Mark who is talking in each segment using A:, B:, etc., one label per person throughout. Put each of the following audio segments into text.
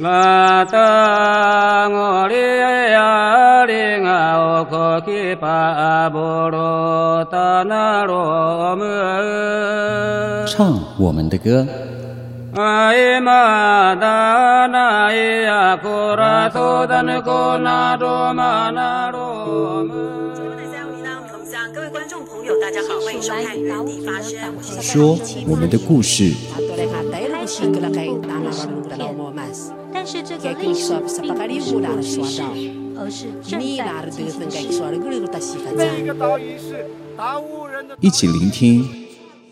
A: 马达我里呀里啊我可去巴布罗达那罗么？
B: 唱我们的歌，
A: 哎马达那咿呀古拉多达那古那罗嘛那罗么？
C: 各位观众朋友，大家好，欢迎收看《原地发声》，我是
B: 说我们的故事。
D: 但是这个类型并不是过去式，而是正在进行时。
E: 这一个岛屿是达悟人的。
B: 一起聆听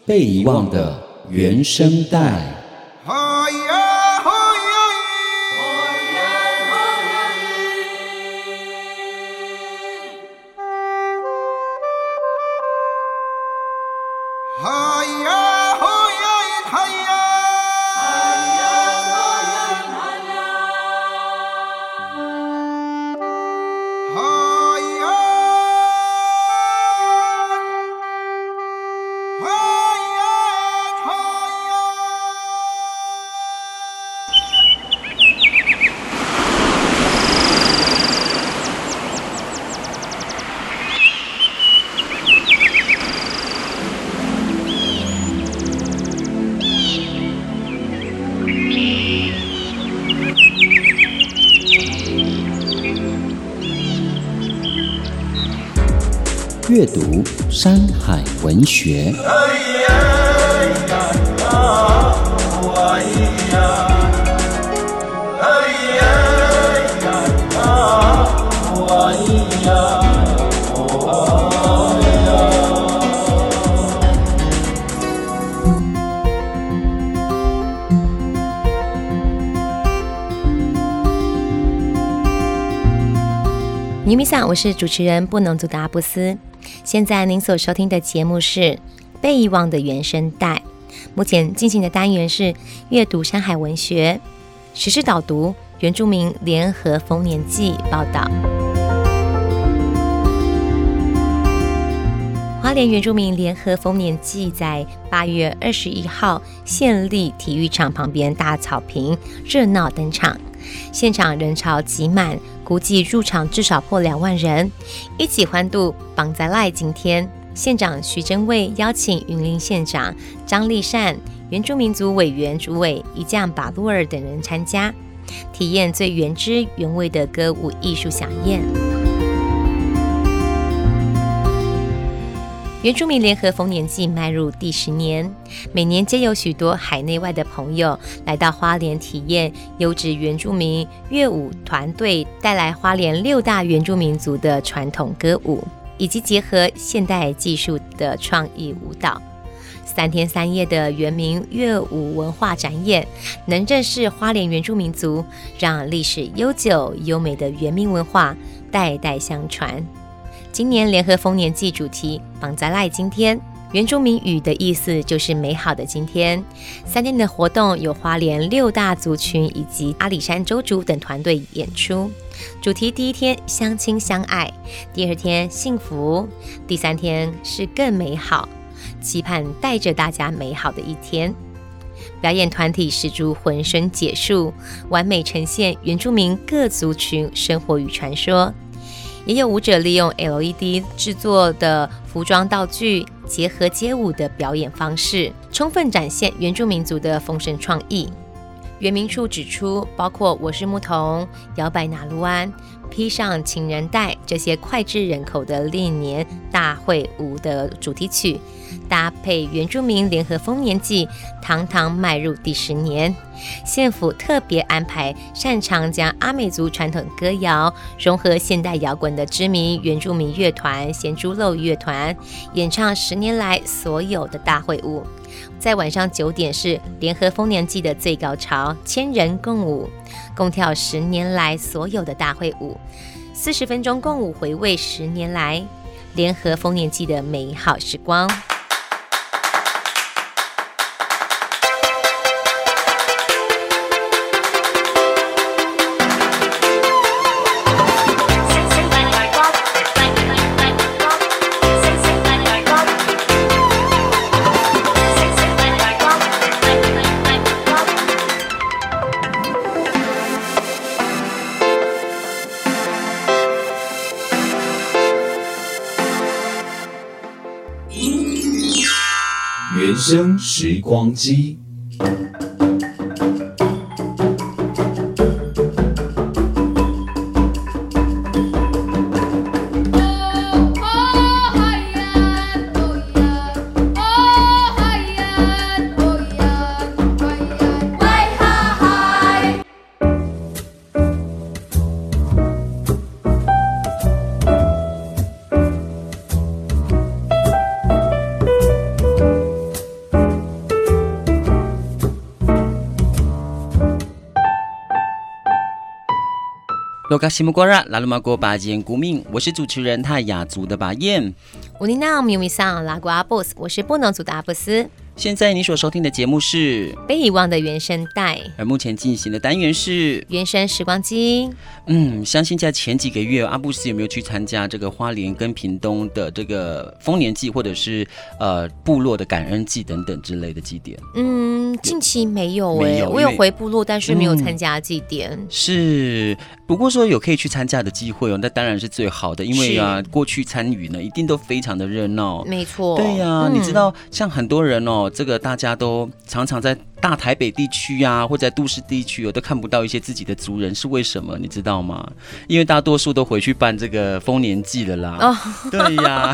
B: 被遗忘的原声带。
E: 哎呀哎呀！哎呀哎呀哎呀！哎呀！哎呀！哎呀！
B: 阅读《山海文学》。
F: 尼米萨，我是主持人布农族的阿布斯。现在您所收听的节目是《被遗忘的原声带》，目前进行的单元是阅读山海文学，时事导读原住民联合丰年祭报道。花莲原住民联合丰年祭在八月二十一号县立体育场旁边大草坪热闹登场，现场人潮挤满，估计入场至少破两万人，一起欢度绑在赖今天。县长徐祯卫邀请云林县长张立善、原住民族委员主委一将把路尔等人参加，体验最原汁原味的歌舞艺术飨宴。原住民联合丰年祭迈入第十年，每年皆有许多海内外的朋友来到花莲体验优质原住民乐舞团队带来花莲六大原住民族的传统歌舞，以及结合现代技术的创意舞蹈。三天三夜的原民乐舞文化展演，能认识花莲原住民族，让历史悠久优美的原民文化代代相传。今年联合丰年祭主题“绑在赖今天”，原住民语的意思就是美好的今天。三天的活动有花莲六大族群以及阿里山州族等团队演出。主题第一天相亲相爱，第二天幸福，第三天是更美好，期盼带着大家美好的一天。表演团体使出浑身解数，完美呈现原住民各族群生活与传说。也有舞者利用 LED 制作的服装道具，结合街舞的表演方式，充分展现原住民族的丰盛创意。原民处指出，包括我是牧童、摇摆拿鲁安、披上情人带这些脍炙人口的历年大会舞的主题曲，搭配原住民联合丰年祭，堂堂迈入第十年。县府特别安排擅长将阿美族传统歌谣融合现代摇滚的知名原住民乐团咸猪肉乐团，演唱十年来所有的大会舞。在晚上九点是联合丰年祭的最高潮，千人共舞，共跳十年来所有的大会舞，四十分钟共舞回味十年来联合丰年祭的美好时光。
B: 原声时光机。
G: 洛嘎西木瓜拉拉鲁马国巴彦古命，我是主持人泰雅族的巴彦。
F: 乌尼娜米米桑拉古阿布斯，我是布农族的阿布斯。
G: 现在你所收听的节目是，
F: 被遗忘的原声带，
G: 而目前进行的单元是，
F: 原声时光机。
G: 嗯，相信在前几个月，阿布斯有没有去参加这个花莲跟屏东的这个丰年祭，或者是呃部落的感恩祭等等之类的祭典？
F: 嗯，近期没有哎、
G: 没有
F: 我
G: 因
F: 有
G: 为
F: 回部落，但是没有
G: 嗯
F: 参加祭典。
G: 是，不过说有可以去参加的机会哦，那当然是最好的，因为啊，过去参与呢，一定都非常的热闹。
F: 没错，
G: 对呀、
F: 嗯
G: 你知道，像很多人哦，这个大家都常常在大台北地区呀、或者在都市地区哦，都看不到一些自己的族人，是为什么？你知道吗？因为大多数都回去办这个丰年祭了啦。
F: 哦，
G: 对 呀、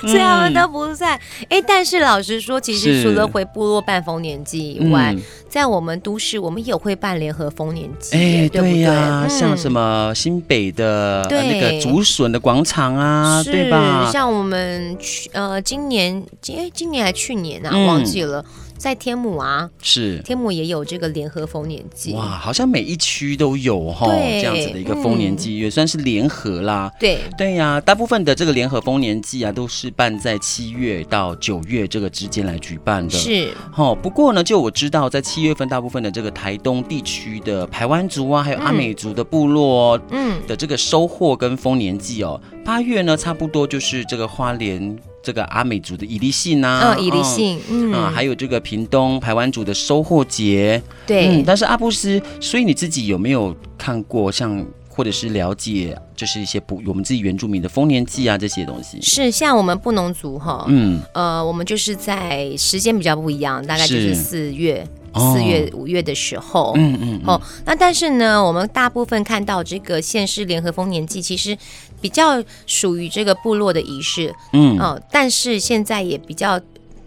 F: 所以他们都不在。哎、但是老实说，其
G: 嗯
F: 实
G: 是
F: 除了回部落办丰年祭以外，
G: 嗯，
F: 在我们都市，我们也会办联合丰年祭，
G: 哎，
F: 对不对？
G: 呀、
F: 嗯
G: 像什么新北的、呃那
F: 对
G: 个竹笋的广场啊，
F: 是
G: 对吧？
F: 像我们去呃，今年今哎今年还去年啊，
G: 嗯
F: 忘记了，在天母啊，
G: 是。
F: 天母也有这个联合丰年祭。
G: 哇，好像每一区都有哈
F: 对嗯
G: 这样子的一个丰年祭，也算是联合啦。
F: 对，
G: 对呀、大部分的这个联合丰年祭啊，都是办在七月到九月这个之间来举办的。。
F: 是
G: 哦，不过呢，就我知道，在七月份，大部分的这个台东地区的排湾族啊，还有阿美族的部落、哦
F: 嗯。
G: 的这个收获跟丰年祭哦，八月呢，差不多就是这个花莲这个阿美族的伊犁信啊，
F: 嗯，以理
G: 嗯
F: 性，嗯，
G: 啊，还有这个屏东排湾族的收获节，
F: 对
G: 嗯，，但是阿布斯，所以你自己有没有看过像或者是了解，就是一些不我们自己原住民的丰年祭啊这些东西？
F: 是像我们布农族哈，
G: 嗯，
F: 呃，我们就是在时间比较不一样，大概就是
G: 是
F: 四月、
G: 哦
F: 四月、五月的时候。
G: 嗯嗯嗯，
F: 哦，那但是呢，我们大部分看到这个县市联合丰年祭，其实比较属于这个部落的仪式，
G: 嗯，
F: 哦，但是现在也比较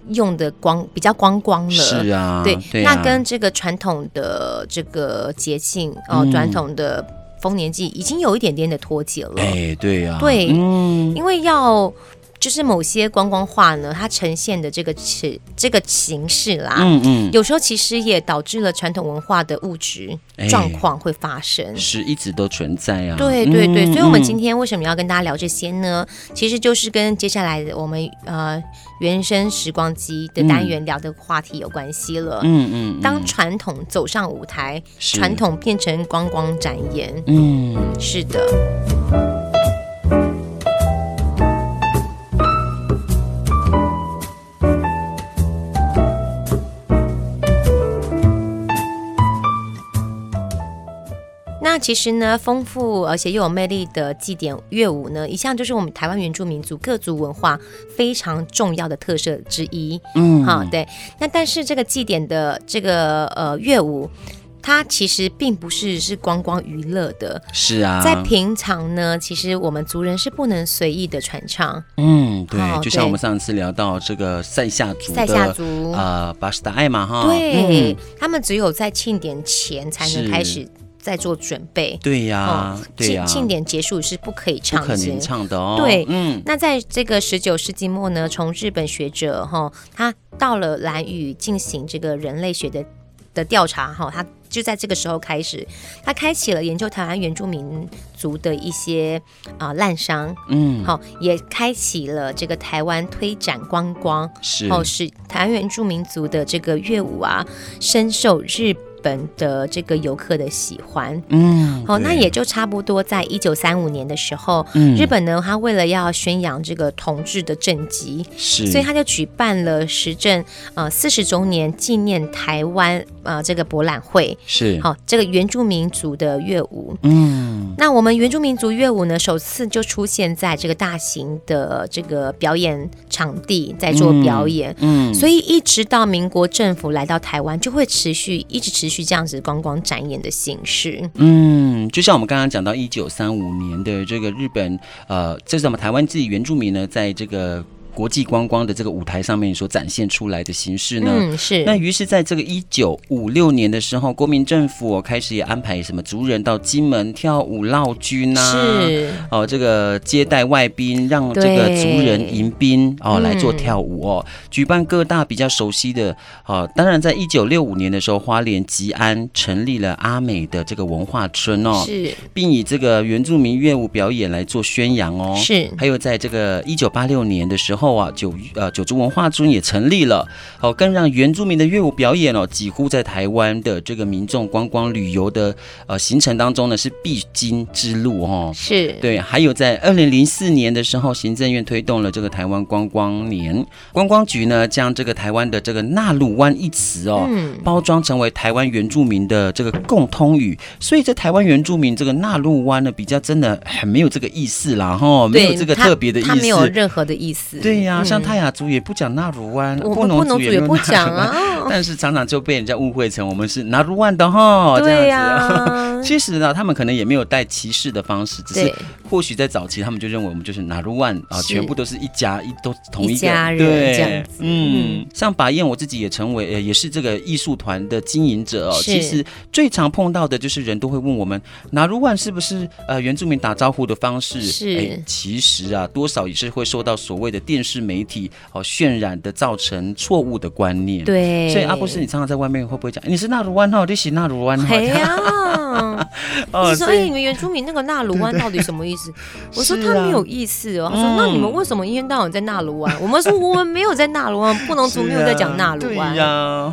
F: 用的光比较光光了，
G: 是啊，
F: 嗯对，
G: 啊
F: 那跟这个传统的这个节庆哦，
G: 嗯
F: 传统的丰年祭已经有一点点的脱节了，
G: 哎对啊，
F: 对
G: 嗯，
F: 因为要就是某些观光画呢，它呈现的这个尺这个形式啦。
G: 嗯嗯，
F: 有时候其实也导致了传统文化的物质
G: 哎
F: 状况会发生。
G: 是一直都存在啊，
F: 对对对，所以我们今
G: 天
F: 天为什么要跟大家聊这些呢？其实就是跟接下来的我们呃原生时光机的单元聊的话题有关系了。
G: 嗯嗯，嗯
F: 当传统走上舞台，
G: 是
F: 传统变成观光展演，
G: 嗯
F: 是的。那其实呢，丰富而且又有魅力的祭典乐舞呢，一向就是我们台湾原住民族各族文化非常重要的特色之一。
G: 嗯
F: 哈、对。那但是这个祭典的这个呃乐舞，它其实并不是是光光娱乐的，
G: 是啊，
F: 在平常呢，其实我们族人是不能随意的传唱。
G: 嗯对
F: 哦，
G: 就像我
F: 对
G: 们上次聊到这个塞夏族
F: 塞
G: 的
F: 夏族
G: 啊巴士达爱嘛哈，
F: 对、
G: 嗯
F: 他们只有在庆典前才能
G: 是
F: 开始在做准备。
G: 对呀
F: 哦，
G: 对
F: 庆
G: 呀，
F: 庆典结束是不可以
G: 不
F: 唱
G: 可
F: 这
G: 能唱的哦。
F: 对
G: 嗯，
F: 那在这个十九世纪末呢，从日本学者哈、他到了兰屿进行这个人类学的的调查哈、他就在这个时候开始，他开启了研究台湾原住民族的一些啊、滥觞，
G: 嗯，
F: 好、也开启了这个台湾推展观光，
G: 是
F: 哦，使台湾原住民族的这个乐舞啊，深受日本的这个游客的喜欢。
G: 嗯，
F: 哦，那
G: 对
F: 也就差不多在一九三五年的时候，
G: 嗯
F: 日本呢，他为了要宣扬这个同志的政绩，
G: 是，
F: 所以他就举办了时政呃四十周年纪念台湾呃这个博览会，
G: 是，
F: 好、这个原住民族的乐舞。
G: 嗯，
F: 那我们原住民族乐舞呢，首次就出现在这个大型的这个表演场地，在做表演。
G: 嗯，
F: 所以一直到民国政府来到台湾，就会持续一直持续这样子观光展演的形式。
G: 嗯，就像我们刚刚讲到一九三五年的这个日本，呃，这是我们台湾自己原住民呢，在这个国际观光的这个舞台上面所展现出来的形式呢。
F: 嗯，是
G: 那于是，在这个一九五六年的时候，国民政府哦开始也安排什么族人到金门跳舞绕军啊，
F: 是，
G: 哦，这个接待外宾，让这个
F: 对
G: 族人迎宾哦
F: 嗯
G: 来做跳舞哦，举办各大比较熟悉的哦。当然，在一九六五年的时候，花莲吉安成立了阿美的这个文化村哦，
F: 是
G: 并以这个原住民乐舞表演来做宣扬哦。
F: 是
G: 还有在这个一九八六年的时候啊，九呃九族文化村也成立了，哦，更让原住民的乐舞表演哦，几乎在台湾的这个民众观光旅游的呃行程当中呢是必经之路哦。
F: 是，
G: 对，还有在二零零四年的时候，行政院推动了这个台湾观光年，观光局呢将这个台湾的这个纳鲁湾一词哦。
F: 嗯，
G: 包装成为台湾原住民的这个共通语，所以这台湾原住民这个纳入湾呢，比较真的很没有这个意思啦，哈，没有
F: 对
G: 这个
F: 他
G: 特别的意
F: 他没有
G: 思。
F: 任何的意思。
G: 对呀、像
F: 嗯
G: 泰雅族也不讲纳鲁湾，
F: 我们
G: 布
F: 不
G: 农
F: 能
G: 族
F: 族
G: 也
F: 也
G: 没有
F: 不
G: 纳鲁
F: 讲
G: 湾，
F: 啊，
G: 但是常常就被人家误会成我们是纳鲁湾的哈，
F: 对
G: 这样子。
F: 呀，
G: 其实呢，他们可能也没有带歧视的方式，只是
F: 对
G: 或许在早期他们就认为我们就是拿入万啊，
F: 是
G: 全部都是一家一都同个
F: 一家人
G: 对
F: 这样子
G: 嗯
F: 嗯，
G: 像把燕我自己也成为呃也是这个艺术团的经营者哦。
F: 是
G: 其实最常碰到的就是人都会问我们拿入万是不是呃原住民打招呼的方式？
F: 是
G: 哎其实啊多少也是会受到所谓的电视媒体哦渲染的造成错误的观念。。
F: 对，
G: 所以阿布斯，你常常在外面会不会讲你是纳鲁湾哦，你是纳鲁湾哦？
F: 嘿呀。
G: 哦
F: 你
G: 所
F: 说：“哎、
G: 以
F: 你们原住民那个纳鲁湾到底什么 意思？”我说：“
G: 是
F: 他没有
G: 啊
F: 意思哦。他说：“那你们
G: 嗯
F: 为什么一天到晚在纳鲁湾？”我们说：“我们没有在纳鲁湾，布农族没有在讲纳鲁湾。
G: 是啊对呀、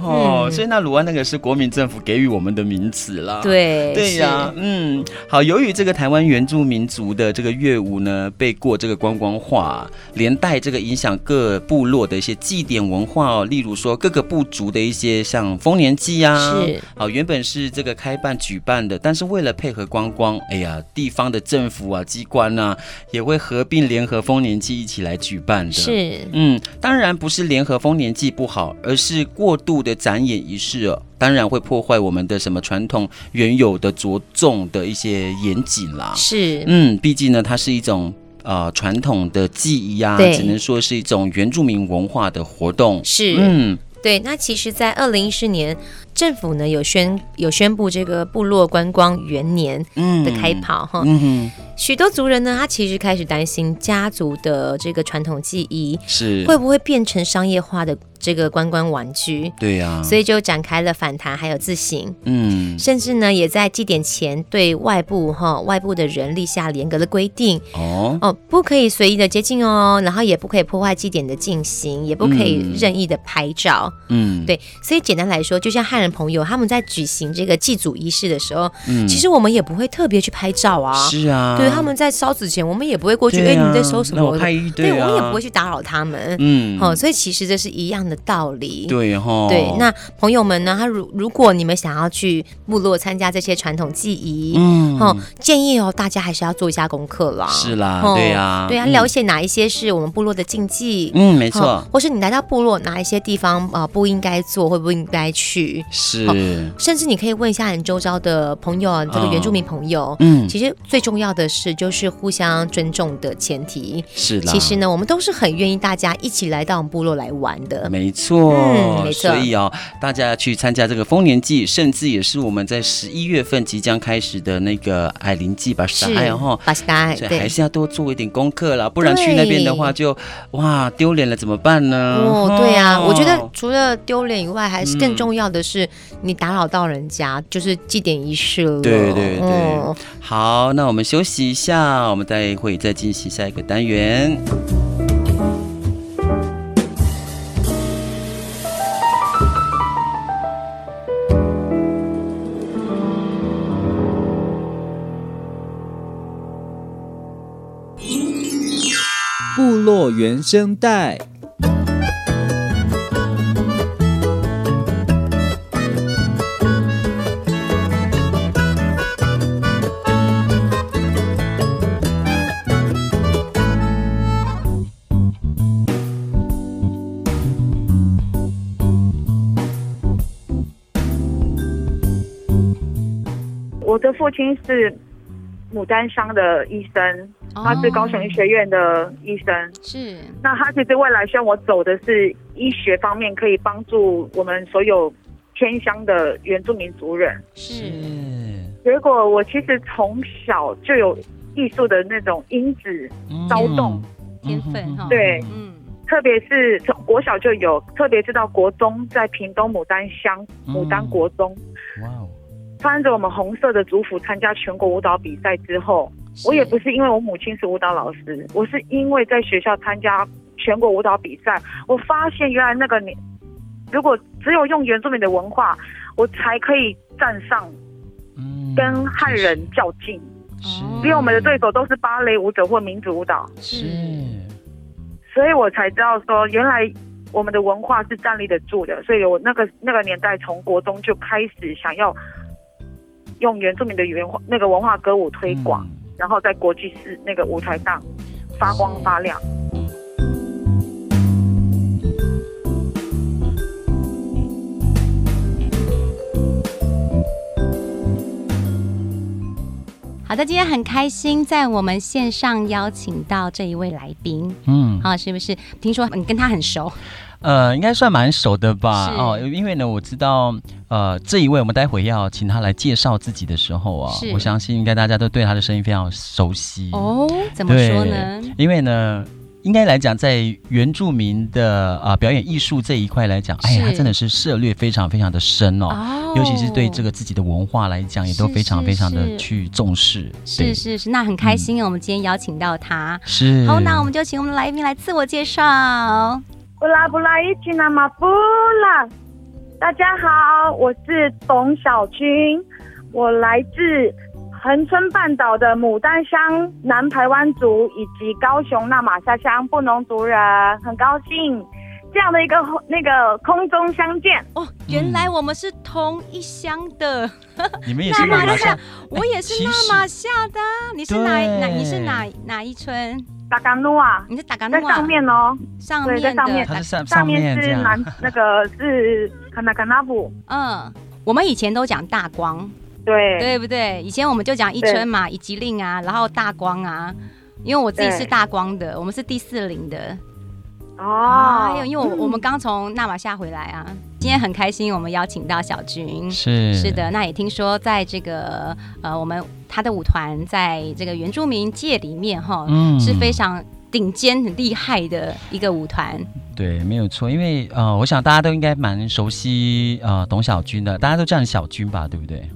G: 哦，
F: 嗯
G: 所以纳鲁湾那个是国民政府给予我们的名词啦。。
F: 对
G: 对呀、嗯，好。由于这个台湾原住民族的这个乐舞呢，被过这个观光化，连带这个影响各部落的一些祭典文化哦，例如说各个部族的一些像丰年祭啊，
F: 是
G: 啊，原本是这个开办举办的，但是为了配合观光，哎呀，地方的政府啊、机关啊，也会合并联合丰年祭一起来举办的。
F: 是是
G: 嗯，当然不是联合丰年祭不好，而是过度的展演仪式哦，当然会破坏我们的什么传统原有的着重的一些严谨啦。
F: 是
G: 嗯，毕竟呢，它是一种呃传统的记忆啊，
F: 对
G: 只能说是一种原住民文化的活动。
F: 是
G: 嗯，
F: 对。那其实，在二零一四年，政府呢有宣有宣布这个部落观光元年
G: 嗯
F: 的开跑哈。
G: 嗯哼，
F: 许多族人呢，他其实开始担心家族的这个传统技艺
G: 是，
F: 会不会变成商业化的这个观光玩具。
G: 对呀、
F: 所以就展开了反弹，还有自省，
G: 嗯，
F: 甚至呢也在祭典前对外部哈、外部的人立下严格的规定
G: 哦，
F: 哦，不可以随意的接近哦，然后也不可以破坏祭典的进行，也不可以
G: 嗯
F: 任意的拍照。
G: 嗯，，
F: 对，所以简单来说，就像汉人朋友他们在举行这个祭祖仪式的时候，
G: 嗯
F: 其实我们也不会特别去拍照啊。
G: 是啊，
F: 对，他们在烧纸前，我们也不会过去，哎、
G: 对啊
F: 你们在烧什么？
G: 那我拍一
F: 对，
G: 对啊
F: 我们也不会去打扰他们。
G: 嗯，
F: 哦，所以其实这是一样的道理。
G: 对哦哈、
F: 对，那朋友们呢？他如如果你们想要去部落参加这些传统技艺，
G: 嗯
F: 哦，建议哦，大家还是要做一下功课啦。
G: 是啦
F: 哦
G: 对呀
F: 对啊，
G: 嗯
F: 了解哪一些是我们部落的禁忌，
G: 嗯，没错，
F: 哦或是你来到部落哪一些地方啊、呃不应该做，会不应该去，
G: 是，
F: 甚至你可以问一下你周遭的朋友，啊这个
G: 嗯
F: 原住民朋友。
G: 嗯，
F: 其实最重要的是，就是互相尊重的前提。
G: 是啦，
F: 其实呢，我们都是很愿意大家一起来到我们部落来玩的。
G: 没错，
F: 嗯没错
G: 所以哦，大家去参加这个丰年祭，甚至也是我们在十一月份即将开始的那个矮灵祭吧，
F: 是，
G: 还有哈。
F: 巴西达，
G: 所以
F: 对
G: 还是要多做一点功课啦，不然去那边的话就哇丢脸了，怎么办呢？
F: 哦，对啊，
G: 哦
F: 我觉得除了丢脸以外，还是更重要的是你打扰到人家，就是祭典仪式了。
G: 对对对
F: 哦
G: 好，那我们休息一下，我们待会再进行下一个单元。
H: 做原声带。
I: 我的父亲是牡丹商的医生，他是高雄医学院的医生。
F: 是
I: 那他其实未来希望我走的是医学方面，可以帮助我们所有天乡的原住民族人。
F: 是
G: 嗯
I: 结果我其实从小就有艺术的那种因子，骚
G: 嗯
I: 动
F: 天分哈，
I: 对
F: 嗯，
I: 特别是从国小就有，特别是到国中，在屏东牡丹乡牡丹国中，
G: 哇哦，
I: 穿着我们红色的族服参加全国舞蹈比赛之后，我也不是因为我母亲是舞蹈老师，我是因为在学校参加全国舞蹈比赛，我发现原来那个年，如果只有用原住民的文化，我才可以站上
G: 嗯
I: 跟汉人较劲，
G: 是
I: 因为我们
G: 嗯
I: 的对手都是芭蕾舞者或民族舞蹈，
F: 是
I: 所以我才知道说原来。我们的文化是站立得住的，所以我那个那个年代从国中就开始想要用原住民的原化那个文化歌舞推广，
G: 嗯
I: 然后在国际市那个舞台上发光发亮。
F: 好的，今天很开心，在我们线上邀请到这一位来宾，
G: 嗯，
F: 啊，是不是？听说你跟他很熟，
G: 呃，应该算蛮熟的吧？
F: 是
G: 哦，因为呢，我知道，呃，这一位我们待会要请他来介绍自己的时候啊
F: 是，
G: 我相信应该大家都对他的声音非常熟悉。
F: 哦，怎么
G: 嗯对，
F: 说呢？
G: 因为呢。应该来讲，在原住民的啊、呃表演艺术这一块来讲，哎呀，
F: 是
G: 他真的是涉猎非常非常的深哦，
F: 哦
G: 尤其是对这个自己的文化来讲，也都
F: 是
G: 非常
F: 是
G: 非常
F: 是
G: 的去重视。对
F: 是是是，那很开
G: 嗯
F: 心，哦我们今天邀请到他。
G: 是。
F: 好，那我们就请我们的来宾来自我介
G: 嗯
F: 绍。
I: 布拉布拉伊奇那玛布拉，大家好，我是董小军，我来自恒春半岛的牡丹乡南排湾族以及高雄那马下乡布农族人，很高兴这样的一个那个空中相见。
F: 哦，原来我们是同一乡的，
G: 你们也是马来西亚，
F: 我也是
G: 其
F: 纳
G: 实
F: 马夏的啊。你是哪
G: 哎对
F: 哪？你是哪哪一村？
I: 达甘努啊，
F: 你是达嘎
I: 在
F: 诺
I: 上面哦，
F: 上
I: 对
F: 面
I: 在
F: 的
I: 上面
G: 他是上
I: 上
G: 面
I: 面
G: 这
I: 是
G: 样。
I: 南那个是卡纳卡纳布，
F: 嗯，我们以前都讲大光，
I: 对
F: 对不对？以前我们就讲一村嘛，以吉令啊，然后大光啊。因为我自己
I: 对
F: 是大光的，我们是第四零的
I: 哦
F: 啊。
G: 哎
F: 还有，因为我我们刚从纳马夏回来啊，今天很开心，我们邀请到小军。
G: 是
F: 嗯是的，那也听说在这个呃，我们他的舞团在这个原住民界里面哈，
G: 嗯
F: 是非常顶尖、很厉害的一个舞团。
G: 对，没有错，因为呃，我想大家都应该蛮熟悉呃董小军的，大家都叫你小军吧，对不对？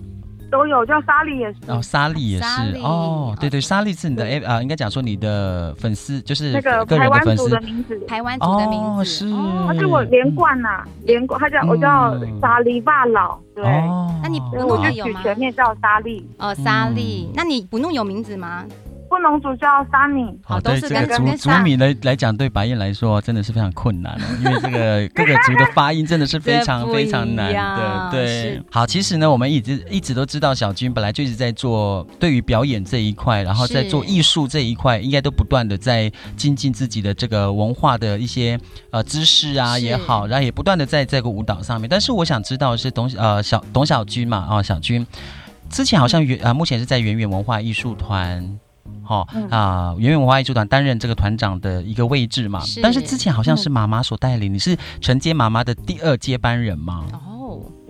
I: 都有叫莎莉也是
G: 然后莎莉也
F: 嗯莎
G: 是
F: 莉
G: 哦
F: 哦，
G: 对对，莎莉是你的哎啊、应该讲说你的粉丝就是
I: 那个
G: 个人
I: 台
G: 的
I: 湾
G: 粉
I: 族
G: 丝
I: 的名字，
F: 台湾族的名字
G: 哦，是，哦
I: 他是我连贯呐、连贯，他叫我叫沙利霸老，对，
G: 哦，
F: 那你
I: 所以
F: 不
I: 我
F: 弄
I: 就
F: 有
I: 取
F: 吗？
I: 全面叫沙利。
F: 哦，莎莉，
G: 嗯
F: 那你不弄有名字吗？
I: 布农族叫沙尼，
F: 好
G: 哦，
F: 都
G: 对
F: 是
G: 这个
F: 跟
G: 族
F: 跟
G: 族
F: 莎
G: 米来来讲，对白燕来说真的是非常困 难、哦，因为这个各个族的发音真的是非常
F: 这不
G: 非常难
F: 一样
G: 的。对
F: 是，
G: 好，其实呢，我们一直一直都知道，小军本来就一直在做对于表演这一块，然后在
F: 是
G: 做艺术这一块，应该都不断的在精进自己的这个文化的一些呃知识啊
F: 是
G: 也好，然后也不断的在这个舞蹈上面。但是我想知道的是董呃小董小军嘛啊、小军。之前好像原啊、目前是在圆圆文化艺术团，哦
F: 嗯
G: 啊、圆圆文化艺术团担任这个团长的一个位置嘛。
F: 是嗯
G: 但是之前好像是妈妈所带领，你是承接妈妈的第二接班人吗？
F: 哦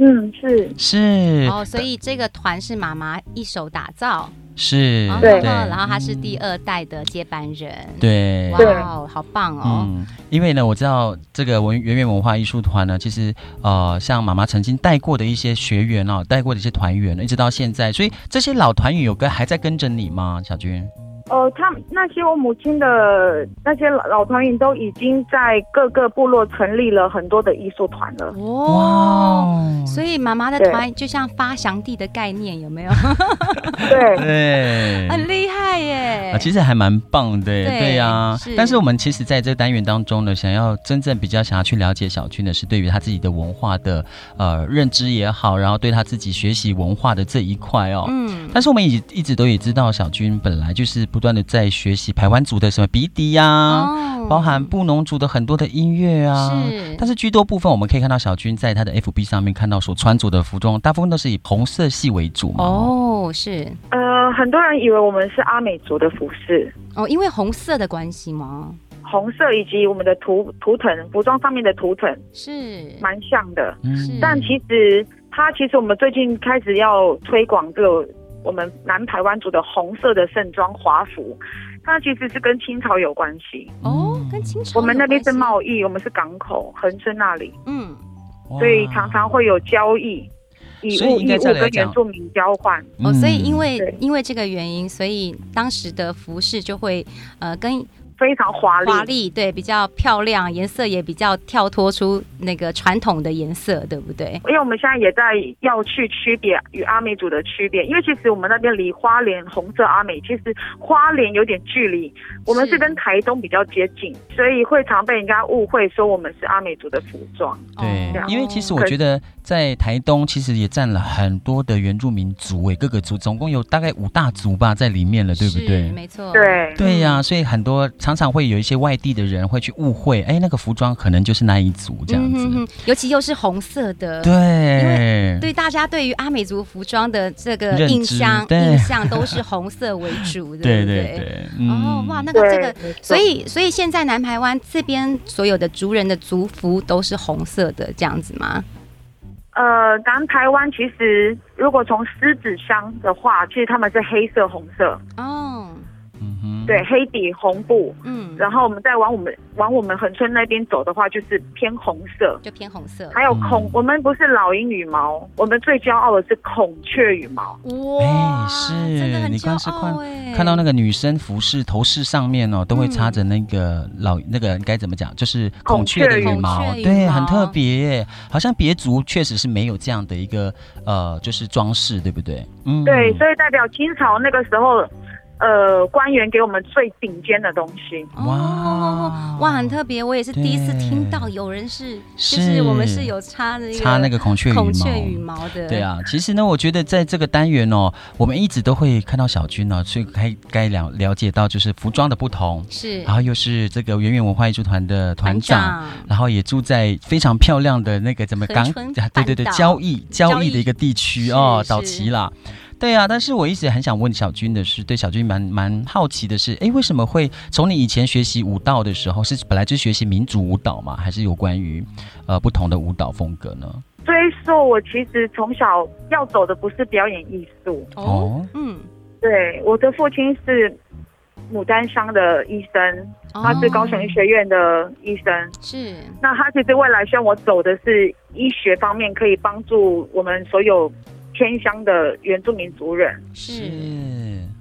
I: 嗯，是
G: 是
F: 哦，所以这个团是妈妈一手打造，
G: 是
F: 哦
I: 对
F: 然后她是第二代的接班人，
G: 对。
F: 哇哦，好棒哦，
G: 嗯，因为呢，我知道这个文圆圆文化艺术团呢，其实呃，像妈妈曾经带过的一些学员哦，带过的一些团员，一直到现在，所以这些老团员有跟还在跟着你吗？小军？
I: 呃，他们那些我母亲的那些老老团员都已经在各个部落成立了很多的艺术团 了。
F: 哦，所以妈妈的
I: 对
F: 团就像发祥地的概念，有没有？
I: 对，
G: 对，
F: 很厉害耶！
G: 啊，其实还蛮棒的，
F: 哎对
G: 对呀、
F: 是
G: 但是我们其实在这个单元当中呢，想要真正比较想要去了解小军的是对于他自己的文化的呃认知也好，然后对他自己学习文化的这一块哦。
F: 嗯，
G: 但是我们也一直都也知道，小军本来就是不断的在学习排湾族的什么鼻笛呀、
F: 哦
G: 啊包含布农族的很多的音乐啊。
F: 是
G: 但是居多部分我们可以看到小军在他的 FB 上面看到所穿着的服装，大部分都是以红色系为主嘛。
F: 哦，是
I: 呃，很多人以为我们是阿美族的服饰，
F: 哦，因为红色的关系吗？
I: 红色以及我们的图图腾，服装上面的图腾
F: 是，
I: 蛮像的。
G: 嗯
F: 是
I: 但其实它其实我们最近开始要推广这个我们南台湾族的红色的盛装华服，它其实是跟清朝有关系。
F: 哦，跟清朝
I: 我们那边是
F: 有关
I: 贸易，我们是港口恒春那里，
F: 系，嗯，
G: 哇
I: 所以常常会有交易，以
G: 所以
I: 物
G: 应
I: 易
G: 该
I: 物
G: 再来
I: 跟
G: 讲
I: 原住民交换。
F: 哦，所以因
G: 嗯
F: 为
I: 对
F: 因为这个原因，所以当时的服饰就会呃跟
I: 非常华丽，
F: 华丽，对，比较漂亮，颜色也比较跳脱出那个传统的颜色，对不对？
I: 因为我们现在也在要去区别与阿美族的区别，因为其实我们那边离花莲红色阿美，其实花莲有点距离，我们
F: 是
I: 是跟台东比较接近，所以会常被人家误会说我们是阿美族的服装。
G: 对
F: 哦，
G: 因为其实
I: 哦
G: 我
I: 可
G: 觉得在台东其实也占了很多的原住民族诶，各个族总共有大概五大族吧在里面了，哎对不
F: 是
G: 对？
F: 没错，
I: 对，
G: 对呀、所以很多常常会有一些外地的人会去误会，哎，那个服装可能就是那一族这样子。
F: 嗯哼哼，尤其又是红色的，
G: 对，
F: 对大家对于阿美族服装的这个
G: 认
F: 印
G: 知
F: 象
G: 对
F: 印象都是红色为 主，
G: 对
F: 不
G: 对嗯对，
F: 哦，哇，那个这
I: 对
F: 个，
I: 没错
F: 所以所以现在南台湾这边所有的族人的族服都是红色的这样子吗？
I: 呃，南台湾其实如果从狮子乡的话，其实他们是黑色、红色，
F: 哦，
G: 嗯哼
I: 对，黑底红布。
F: 嗯，
I: 然后我们再往我们往我们恒春那边走的话，就是偏红色。
F: 就偏红色。
I: 还有孔，
G: 嗯
I: 我们不是老鹰羽毛，我们最骄傲的是孔雀羽毛。
F: 哇，
G: 哎是
F: 真的很
G: 你
F: 骄
G: 光是
F: 傲哎，
G: 看到那个女生服饰头饰上面哦，都会插着那个老、那个该怎么讲，就是孔
I: 孔
G: 雀
I: 雀
G: 的
I: 羽
G: 羽
F: 毛
G: 毛，
F: 嗯孔雀羽
G: 对，
F: 毛
G: 很特别耶，好像别族确实是没有这样的一个呃，就是装饰，对不对？嗯，
I: 对，所以代表清朝那个时候，呃，官员给我们最顶尖的东西。
F: 哇
G: 哇
F: 哇，很特别，我也是第一次
G: 对
F: 听到有人是，
G: 是
F: 就是我们是有插那个
G: 插那个孔雀羽毛，
F: 孔雀羽毛的，
G: 对，啊，其实呢，我觉得在这个单元哦，我们一直都会看到小军呢、所以该该了了解到就是服装的不同，
F: 是
G: 然后又是这个圆圆文化艺术团的团长，然后也住在非常漂亮的那个怎么
F: 恒
G: 港
F: 春
G: 啊对对对
F: 半岛
G: 交易交
F: 交
G: 易
F: 易
G: 的一个地区
F: 是
G: 哦，
F: 是
G: 早期啦。对啊，但是我一直很想问小军的是，对小军蛮蛮好奇的是，诶，为什么会从你以前学习舞蹈的时候，是本来就学习民族舞蹈吗？还是有关于呃不同的舞蹈风格呢？
I: 追溯我其实从小要走的不是表演艺术，
F: 哦，
G: 哦
F: 嗯，
I: 对，我的父亲是牡丹乡的医生，他是高雄医
F: 哦
I: 学院的医生。
F: 是
I: 那他其实未来希望我走的是医学方面，可以帮助我们所有偏乡的原住民族人。
F: 是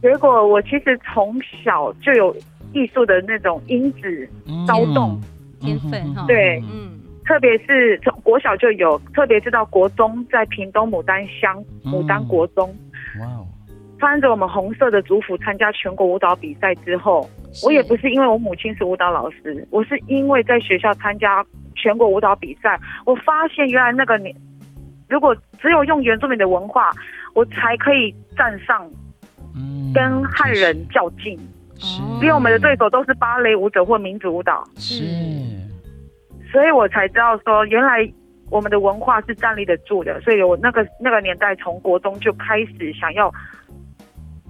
I: 结果我其实从小就有艺术的那种因子，
G: 嗯
I: 骚动
F: 天分哈，
I: 对
F: 嗯，
I: 特别是从国小就有，特别是到国中，在屏东牡丹乡
G: 嗯
I: 牡丹国中，
G: 哇哦，
I: 穿着我们红色的族服参加全国舞蹈比赛之后，我也不是因为我母亲是舞蹈老师，我是因为在学校参加全国舞蹈比赛，我发现原来那个年，如果只有用原住民的文化，我才可以站上
G: 嗯
I: 跟汉人
G: 确
I: 较劲，
G: 实是
I: 因为我们的对手都是芭蕾舞者或民族舞蹈。
G: 是
I: 嗯所以我才知道说，原来我们的文化是站立得住的。所以我那个那个年代，从国中就开始想要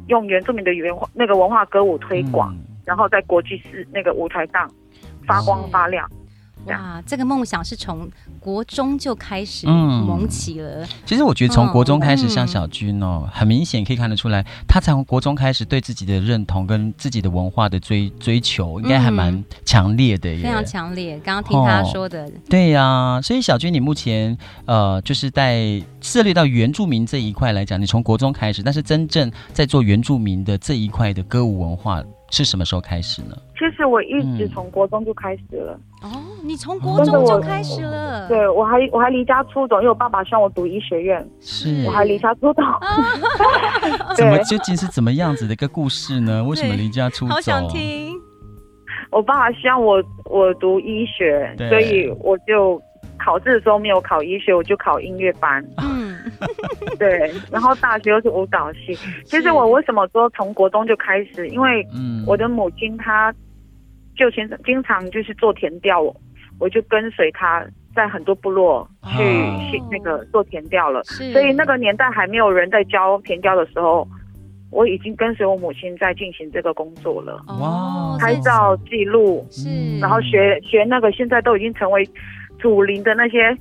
I: 用原住民的原那个文化歌舞推广，
G: 嗯
I: 然后在国际市那个舞台上发光发亮。这样
F: 哇，这个梦想是从国中就开始
G: 嗯
F: 萌起了，
G: 其实我觉得从国中开始，
F: 嗯
G: 像小军哦，很明显可以看得出来，他从国中开始对自己的认同跟自己的文化的追追求，应该还蛮强烈的耶。
F: 嗯非常强烈。刚刚听他说的，
G: 对呀、所以小军，你目前呃，就是在涉猎到原住民这一块来讲，你从国中开始，但是真正在做原住民的这一块的歌舞文化是什么时候开始呢？
I: 其实我一直
G: 嗯
I: 从国中就开始了，
F: 哦，你从国中就开始了，
I: 对我还我还离家出走，因为我爸爸希望我读医学院，
G: 是
I: 我还离家出走。
G: 怎么
I: 对
G: 究竟是怎么样子的一个故事呢？为什么离家出走？
F: 好想听。
I: 我爸爸希望我我读医学，
G: 对
I: 所以我就考试的时候没有考医学，我就考音乐班。
F: 嗯，
I: 对，然后大学又是舞蹈系。其实我为什么说从国中就开始？因为
G: 嗯
I: 我的母亲她就经经常就是做田调，我我就跟随她在很多部落去、
G: 哦
I: 去那个做田调了。
F: 是，
I: 所以那个年代还没有人在教田调的时候，我已经跟随我母亲在进行这个工作了，
F: 哦
G: 哇
I: 拍照记录，
G: 嗯
F: 是，
I: 然后学学那个现在都已经成为祖灵的那些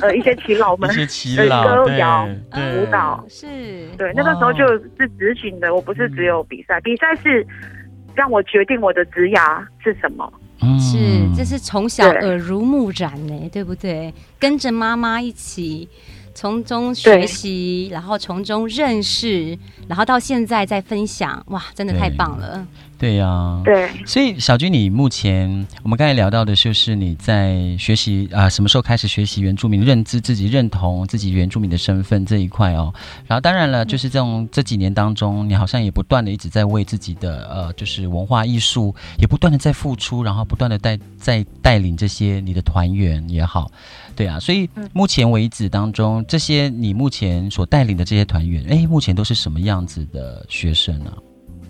I: 呃一些耆老们
G: 一。些祈
I: 呃
G: 老，
I: 歌
G: 对
I: 谣
G: 对
I: 舞蹈
F: 嗯是，
I: 对，那个时候就是执行的，我不是只有比赛，比赛是让我决定我的职涯是什么。
G: 嗯
F: 是，这是从小
I: 对
F: 耳濡目染呢，对不对？跟着妈妈一起从中学
I: 对
F: 习，然后从中认识，然后到现在在分享，哇，真的太
G: 对
F: 棒了！
G: 对呀、
I: 对，
G: 所以小军，你目前我们刚才聊到的就是你在学习啊、什么时候开始学习原住民，认知自己、认同自己原住民的身份这一块哦。然后当然了，就是这种这几年当中，你好像也不断的一直在为自己的呃，就是文化艺术也不断的在付出，然后不断的带在带领这些你的团员也好，对啊。所以目前为止当中，这些你目前所带领的这些团员，哎，目前都是什么样子的学生啊呢、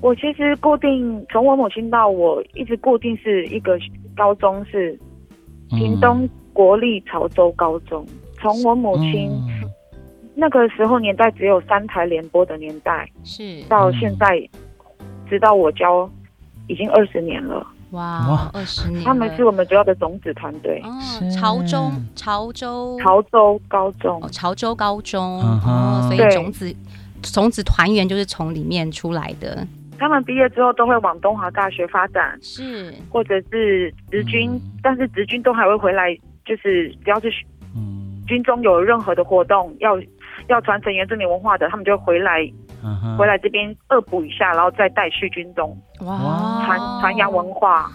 I: 我其实固定从我母亲到我一直固定是一个高中是
G: 嗯
I: 屏东国立潮州高中。从我母亲、
G: 嗯
I: 那个时候年代只有三台联播的年代，
F: 是，
I: 到现在，直到我教已经二十年了。
F: 哇
G: 哇，
F: 二十年了，
I: 他们是我们主要的种子团队，
F: 哦，
G: 是
F: 潮州，潮州，
I: 潮州高中
F: 哦，。潮州高中，
G: 嗯哼
F: 哦，所
I: 对
F: 以种子种子团员就是从里面出来的，
I: 他们毕业之后都会往东华大学发展，
F: 是，
I: 或者是职军，
G: 嗯
I: 但是职军都还会回来，就是只要是
G: 嗯
I: 军中有任何的活动要。要传承原住民文化的，他们就回来
G: 嗯哼
I: 回来这边恶补一下，然后再带去军中
F: 哦
G: 哇
I: 传传扬文化。
F: 化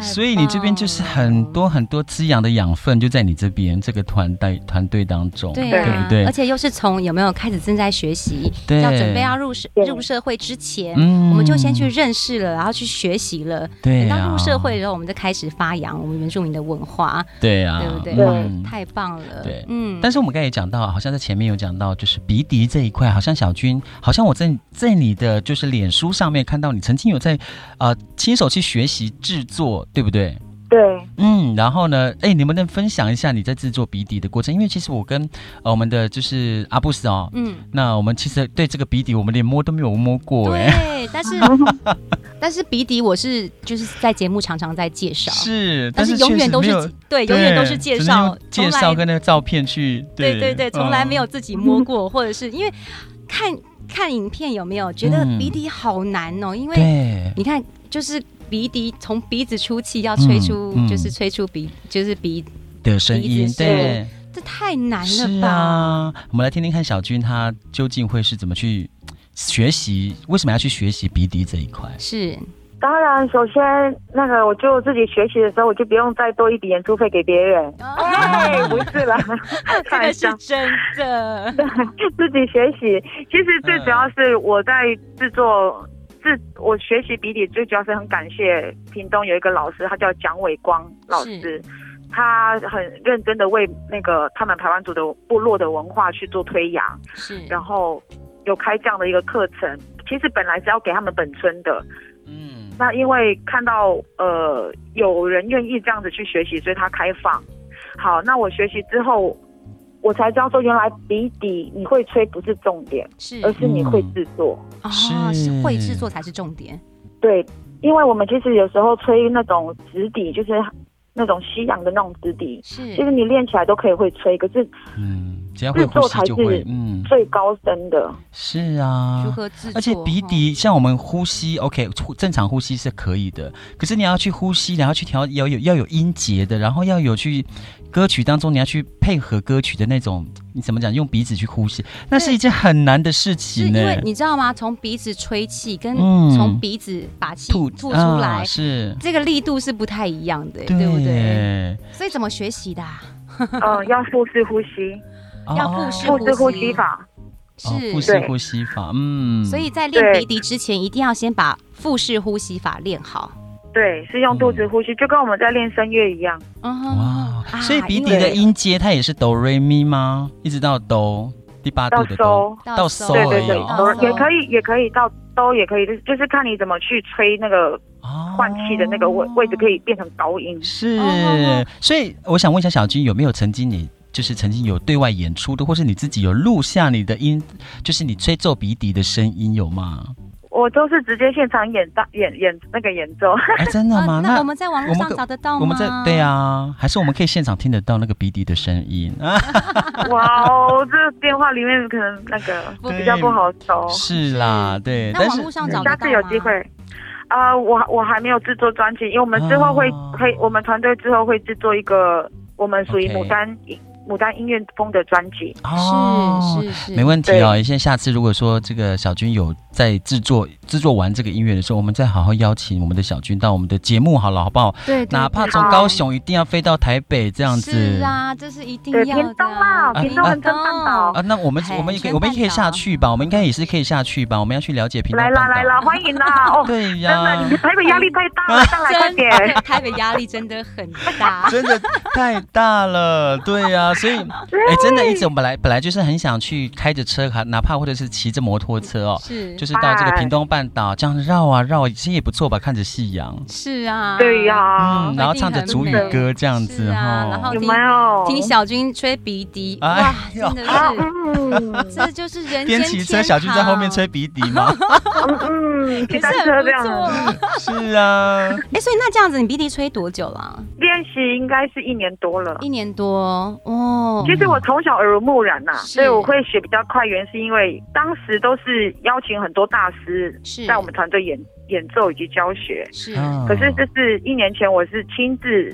G: 所以你这边就是很。
F: 太棒了
G: 多很多滋养的养分就在你这边这个团队团队当中，
F: 对
I: 对
F: 啊，
G: 不对
F: 而且又是从有没有开始正在学习，
G: 对
F: 要准备要入社
I: 对
F: 入社会之前，
G: 嗯
F: 我们就先去认识了，然后去学习了。
G: 对
F: 等
G: 啊
F: 到入社会的时候，我们就开始发扬我们原住民的文化，
G: 对啊，
F: 对不对？
G: 嗯
F: 太棒了。
G: 对
F: 嗯，
G: 但是我们刚才也讲到，好像在前面有讲到，就是鼻笛这一块，好像小军，好像我在在你的就是脸书上面看到你曾经有在，呃，亲手去学习制作，对不对？
I: 对，
G: 嗯，然后呢，哎，你们能分享一下你在制作鼻笛的过程？因为其实我跟呃我们的就是阿布斯哦，
F: 嗯，
G: 那我们其实对这个鼻笛我们连摸都没有摸过哎、
F: 对，但是但是鼻笛我是就是在节目常常在介绍，
G: 是，
F: 但
G: 是
F: 永
G: 确
F: 远
G: 实
F: 都
G: 没
F: 是
G: 有
F: 对，永远都是介
G: 只能
F: 绍
G: 用，介
F: 从来
G: 绍跟那个照片去，
F: 对对对，从来没有
G: 嗯
F: 自己 摸过，或者是因为看看影片有没有觉得
G: 嗯
F: 鼻笛好难哦，因为
G: 对
F: 你看就是鼻笛从鼻子出气要吹出，
G: 嗯嗯
F: 就是吹出鼻就是鼻，
G: 的声
F: 鼻
G: 音
F: 子，
G: 对，
F: 这太难
G: 是
F: 了吧？
G: 啊，我们来听听看小军他究竟会是怎么去学习，为什么要去学习鼻笛这一块？
F: 是
I: 当然，首先那个我就自己学习的时候，我就不用再多一笔演出费给别人。哎，不是啦，
F: 哦 这
I: 开玩
F: 个
I: 笑
F: 是真的，
I: 自己学习。其实最主要是我在制作制，我学习笔底最主要是很感谢屏东有一个老师，他叫蒋伟光老师，他很认真的为那个他们台湾族的部落的文化去做推扬，
F: 是
I: 然后有开这样的一个课程。其实本来是要给他们本村的，
G: 嗯，
I: 那因为看到呃有人愿意这样子去学习，所以他开放。好，那我学习之后，我才知道说原来笔底你会吹不是重点，
F: 是
I: 而是你会制作。嗯
F: 哦，
G: 是
F: 是会制作才是重点，
I: 对，因为我们其实有时候吹那种直底，就是那种西洋的那种直笛，
F: 是
I: 其实你练起来都可以会吹，可是
G: 嗯，只要会
I: 制
G: 呼
I: 作
G: 吸
I: 才
G: 就会
I: 是，
G: 嗯，
I: 最高深 的。
G: 是啊，
F: 如何制作？
G: 而且鼻
F: 哈
G: 笛像我们呼吸，OK，呼正常呼吸是可以的，可是你要去呼吸，然后去调，要有要有音节的，然后要有去歌曲当中你要去配合歌曲的那种，你怎么讲？用鼻子去呼吸，那是一件很难的事
F: 是
G: 情
F: 因
G: 呢。
F: 为你知道吗？从鼻子吹气跟
G: 嗯
F: 从鼻子把气
G: 吐
F: 吐出来，
G: 啊、是，
F: 这个力度是不太一样的，对不对？
G: 对？
F: 所以怎么学习的啊？
I: 嗯，要腹式呼吸，
F: 要
G: 哦
F: 腹式
I: 腹式呼
F: 吸
I: 吸法。
G: 哦
F: 是，
G: 腹式
I: 对
G: 呼吸法，嗯，
F: 所以在练
I: 对
F: 鼻笛之前，一定要先把腹式呼吸法练好。
I: 对，是用肚子呼吸，就跟我们在练声乐一样。
F: 嗯哼
G: 哇，所以
F: 啊
G: 鼻
F: 因
G: 笛的
F: 为
G: 音阶它也是哆瑞咪吗？一直到哆第八度的哆到
F: 收
I: 到
F: 到
G: 嗦
F: 收
I: 对
F: 哦
I: 对
G: 而已
I: 对
F: 有，
I: 都
G: 哦
F: 哆
I: 也可以，也可以到都也可以，就是就是看你怎么去吹那个
G: 哦
I: 换气的那个位位置，可以变成高音。
G: 是
F: 哦哦哦，
G: 所以我想问一下小军，有没有曾经你就是曾经有对外演出的，或是你自己有录下你的音，就是你吹奏鼻笛的声音有 吗？
I: 我都是直接现场演到演演那个演 奏，
G: 哎，真的吗
F: 啊？那我们在网络
G: 我们
F: 上
G: 可
F: 找得到吗？
G: 我们在对，啊，还是我们可以现场听得到那个鼻笛的声音
F: 哦
G: 啊？
I: 哇哦，这电话里面可能那个
G: 对
I: 比较不好搜，
G: 是啦，对，
F: 那
G: 但
F: 网
G: 是
F: 络上找得到
I: 下次有机
F: 吗
I: 会。啊、我我还没有制作专辑，因为我们之后会
G: 哦
I: 会，我们团队之后会制作一个我们属于
G: OK
I: 牡丹牡丹音乐风的专辑。
G: 哦
F: 是是是，
G: 没问题哦，现在下次如果说这个小军有在制作制作完这个音乐的时候，我们再好好邀请我们的小军到我们的节目好了，好不好？
F: 对，对
G: 哪怕
F: 对
G: 从高雄一定要飞到台北这样子。
F: 是啊，这是一定
I: 对
F: 要
I: 屏
F: 的
I: 东啦
F: 啊。
G: 屏东
F: 很
I: 恒春半岛
G: 啊，那我们
F: 海
G: 我们也可以，
F: 全
G: 我们也可以
F: 半岛
G: 下去吧，我们应该也是可以下去吧，我们要去了解屏东
I: 来啦
G: 半岛
I: 来啦，欢迎啦！哦，
G: 对
I: 真的，
G: 呀
I: 你们，台北压力太大 了，上来快
F: 真
I: 点。
F: 的， 台北压力真的很大。
G: 真的太大了，对呀、 所以哎，真的，一直我们本来本来就是很想去开着车，还哪怕或者是骑着摩托车哦，
F: 是
G: 就是到这个
I: 哎
G: 屏东半岛这样绕啊绕，其实也不错吧，看着夕阳，
F: 是啊，
I: 对呀、
G: 嗯，然后唱着主语歌这样
F: 是
G: 子
F: 啊
G: 哈，
F: 然后
I: 有没有？
F: 听小军吹鼻笛，
G: 哎
F: 哇，真的
I: 啊，
F: 是，
I: 嗯嗯
F: 这就是人间
G: 边骑车，小军在后面吹鼻笛吗？
I: 嗯， 骑
F: 天
I: 单
F: 堂，也是
I: 车
F: 很
I: 这
F: 不错
I: 样
F: 啊。
G: 是啊，
F: 哎，所以那这样子，你鼻笛吹多久了？
I: 练习应该是一年多了。
F: 一年多哦。
I: 其实我从小耳濡目染呐、
F: 是
I: 所以我会学比较快，原因是因为当时都是邀请很多大师
F: 是
I: 在我们团队演演奏以及教学，
F: 是
G: 啊
I: 可是就是一年前我是亲自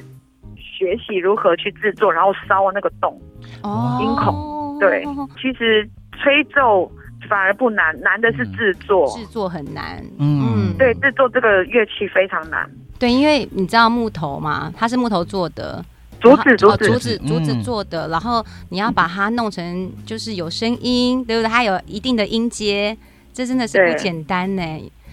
I: 学习如何去制作，然后烧那个洞。
F: 哦
I: 音对其实吹奏反而不难，难的
F: 嗯
I: 是制作。
F: 制作很难，
G: 嗯，
I: 对，制作这个乐器非常难。
F: 对，因为你知道木头嘛，它是木头做的，
I: 竹子，
F: 然
I: 竹
F: 后
I: 子
F: 哦竹子，
G: 嗯
F: 竹子做的，然后你要把它弄成就是有声音，对不对？它有一定的音阶，这真的是
I: 对
F: 不简单呢。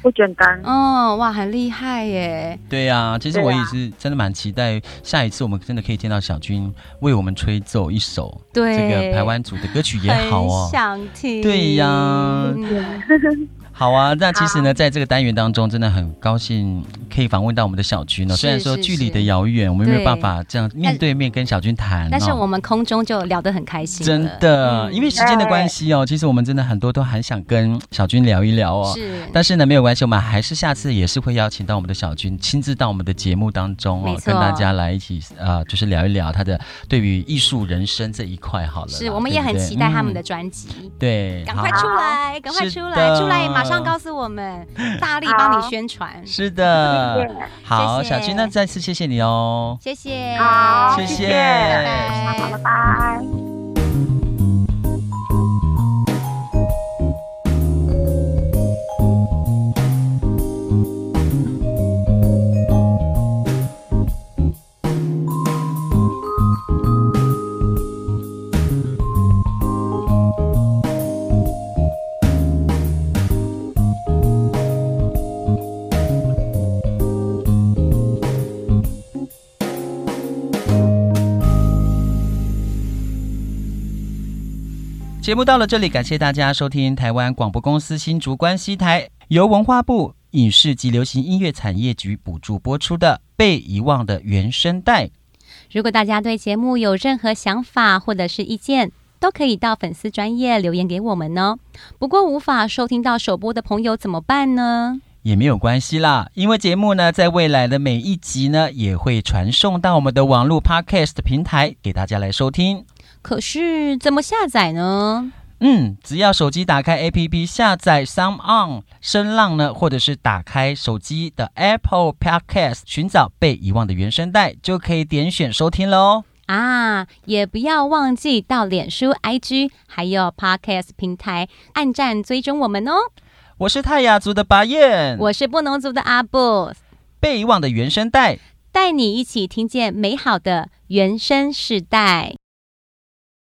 I: 不简单。
F: 哦，哇，很厉害耶！
G: 对呀、其实
I: 对啊
G: 我也是真的蛮期待下一次我们真的可以听到小军为我们吹奏一首
F: 对，
G: 这个台湾组的歌曲也好哦
F: 很。想听。
G: 对呀
F: 嗯
G: 好啊，那其实呢，在这个单元当中，真的很高兴可以访问到我们的小军哦。
F: 是
G: 虽然说
F: 是
G: 距离
F: 是
G: 的遥远，我们没有
F: 对
G: 办法这样面对面跟小军谈、哦，
F: 但是我们空中就聊得很开心了，
G: 真的，
F: 嗯
G: 因为时间的关系哦，其实我们真的很多都很想跟小军聊一聊哦。
F: 是，
G: 但是呢，没有关系，我们还是下次也是会邀请到我们的小军亲自到我们的节目当中
F: 没
G: 哦，
F: 错
G: 跟大家来一起呃，就是聊一聊他的对于艺术人生这一块好了啦。
F: 是我们也
G: 对不
F: 很
G: 对
F: 期待他
G: 嗯
F: 们的专辑。
G: 对，嗯
F: 赶
G: 好
F: 快出来，赶快
G: 是
F: 出来，出来！
G: 的
F: 马上告诉我们，大力帮你
I: 好
F: 宣传。
G: 是的，好，
F: 谢
G: 小军，那再次谢谢你哦。
F: 谢谢，
I: 好，
G: 谢谢
I: 拜
F: 拜拜。
I: 拜。
G: 节目到了这里，感谢大家收听台湾广播公司新竹关西台，由文化部影视及流行音乐产业局补助播出的《被遗忘的原声带》。
F: 如果大家对节目有任何想法或者是意见，都可以到粉丝专业留言给我们哦。不过无法收听到首播的朋友怎么办呢？
G: 也没有关系啦，因为节目呢，在未来的每一集呢，也会传送到我们的网络 podcast 平台给大家来收听。
F: 可是怎么下载呢？
G: 嗯，只要手机打开 APP 下载 Sound On 声浪呢，或者是打开手机的 Apple Podcast 寻找被遗忘的原声带，就可以点选收听哦喽。
F: 啊，也不要忘记到脸书、IG 还有 Podcast 平台按赞追踪我们哦。
G: 我是泰雅族的巴彦，
F: 我是布农族的阿布，
G: 被遗忘的原声带，
F: 带你一起听见美好的原生世代。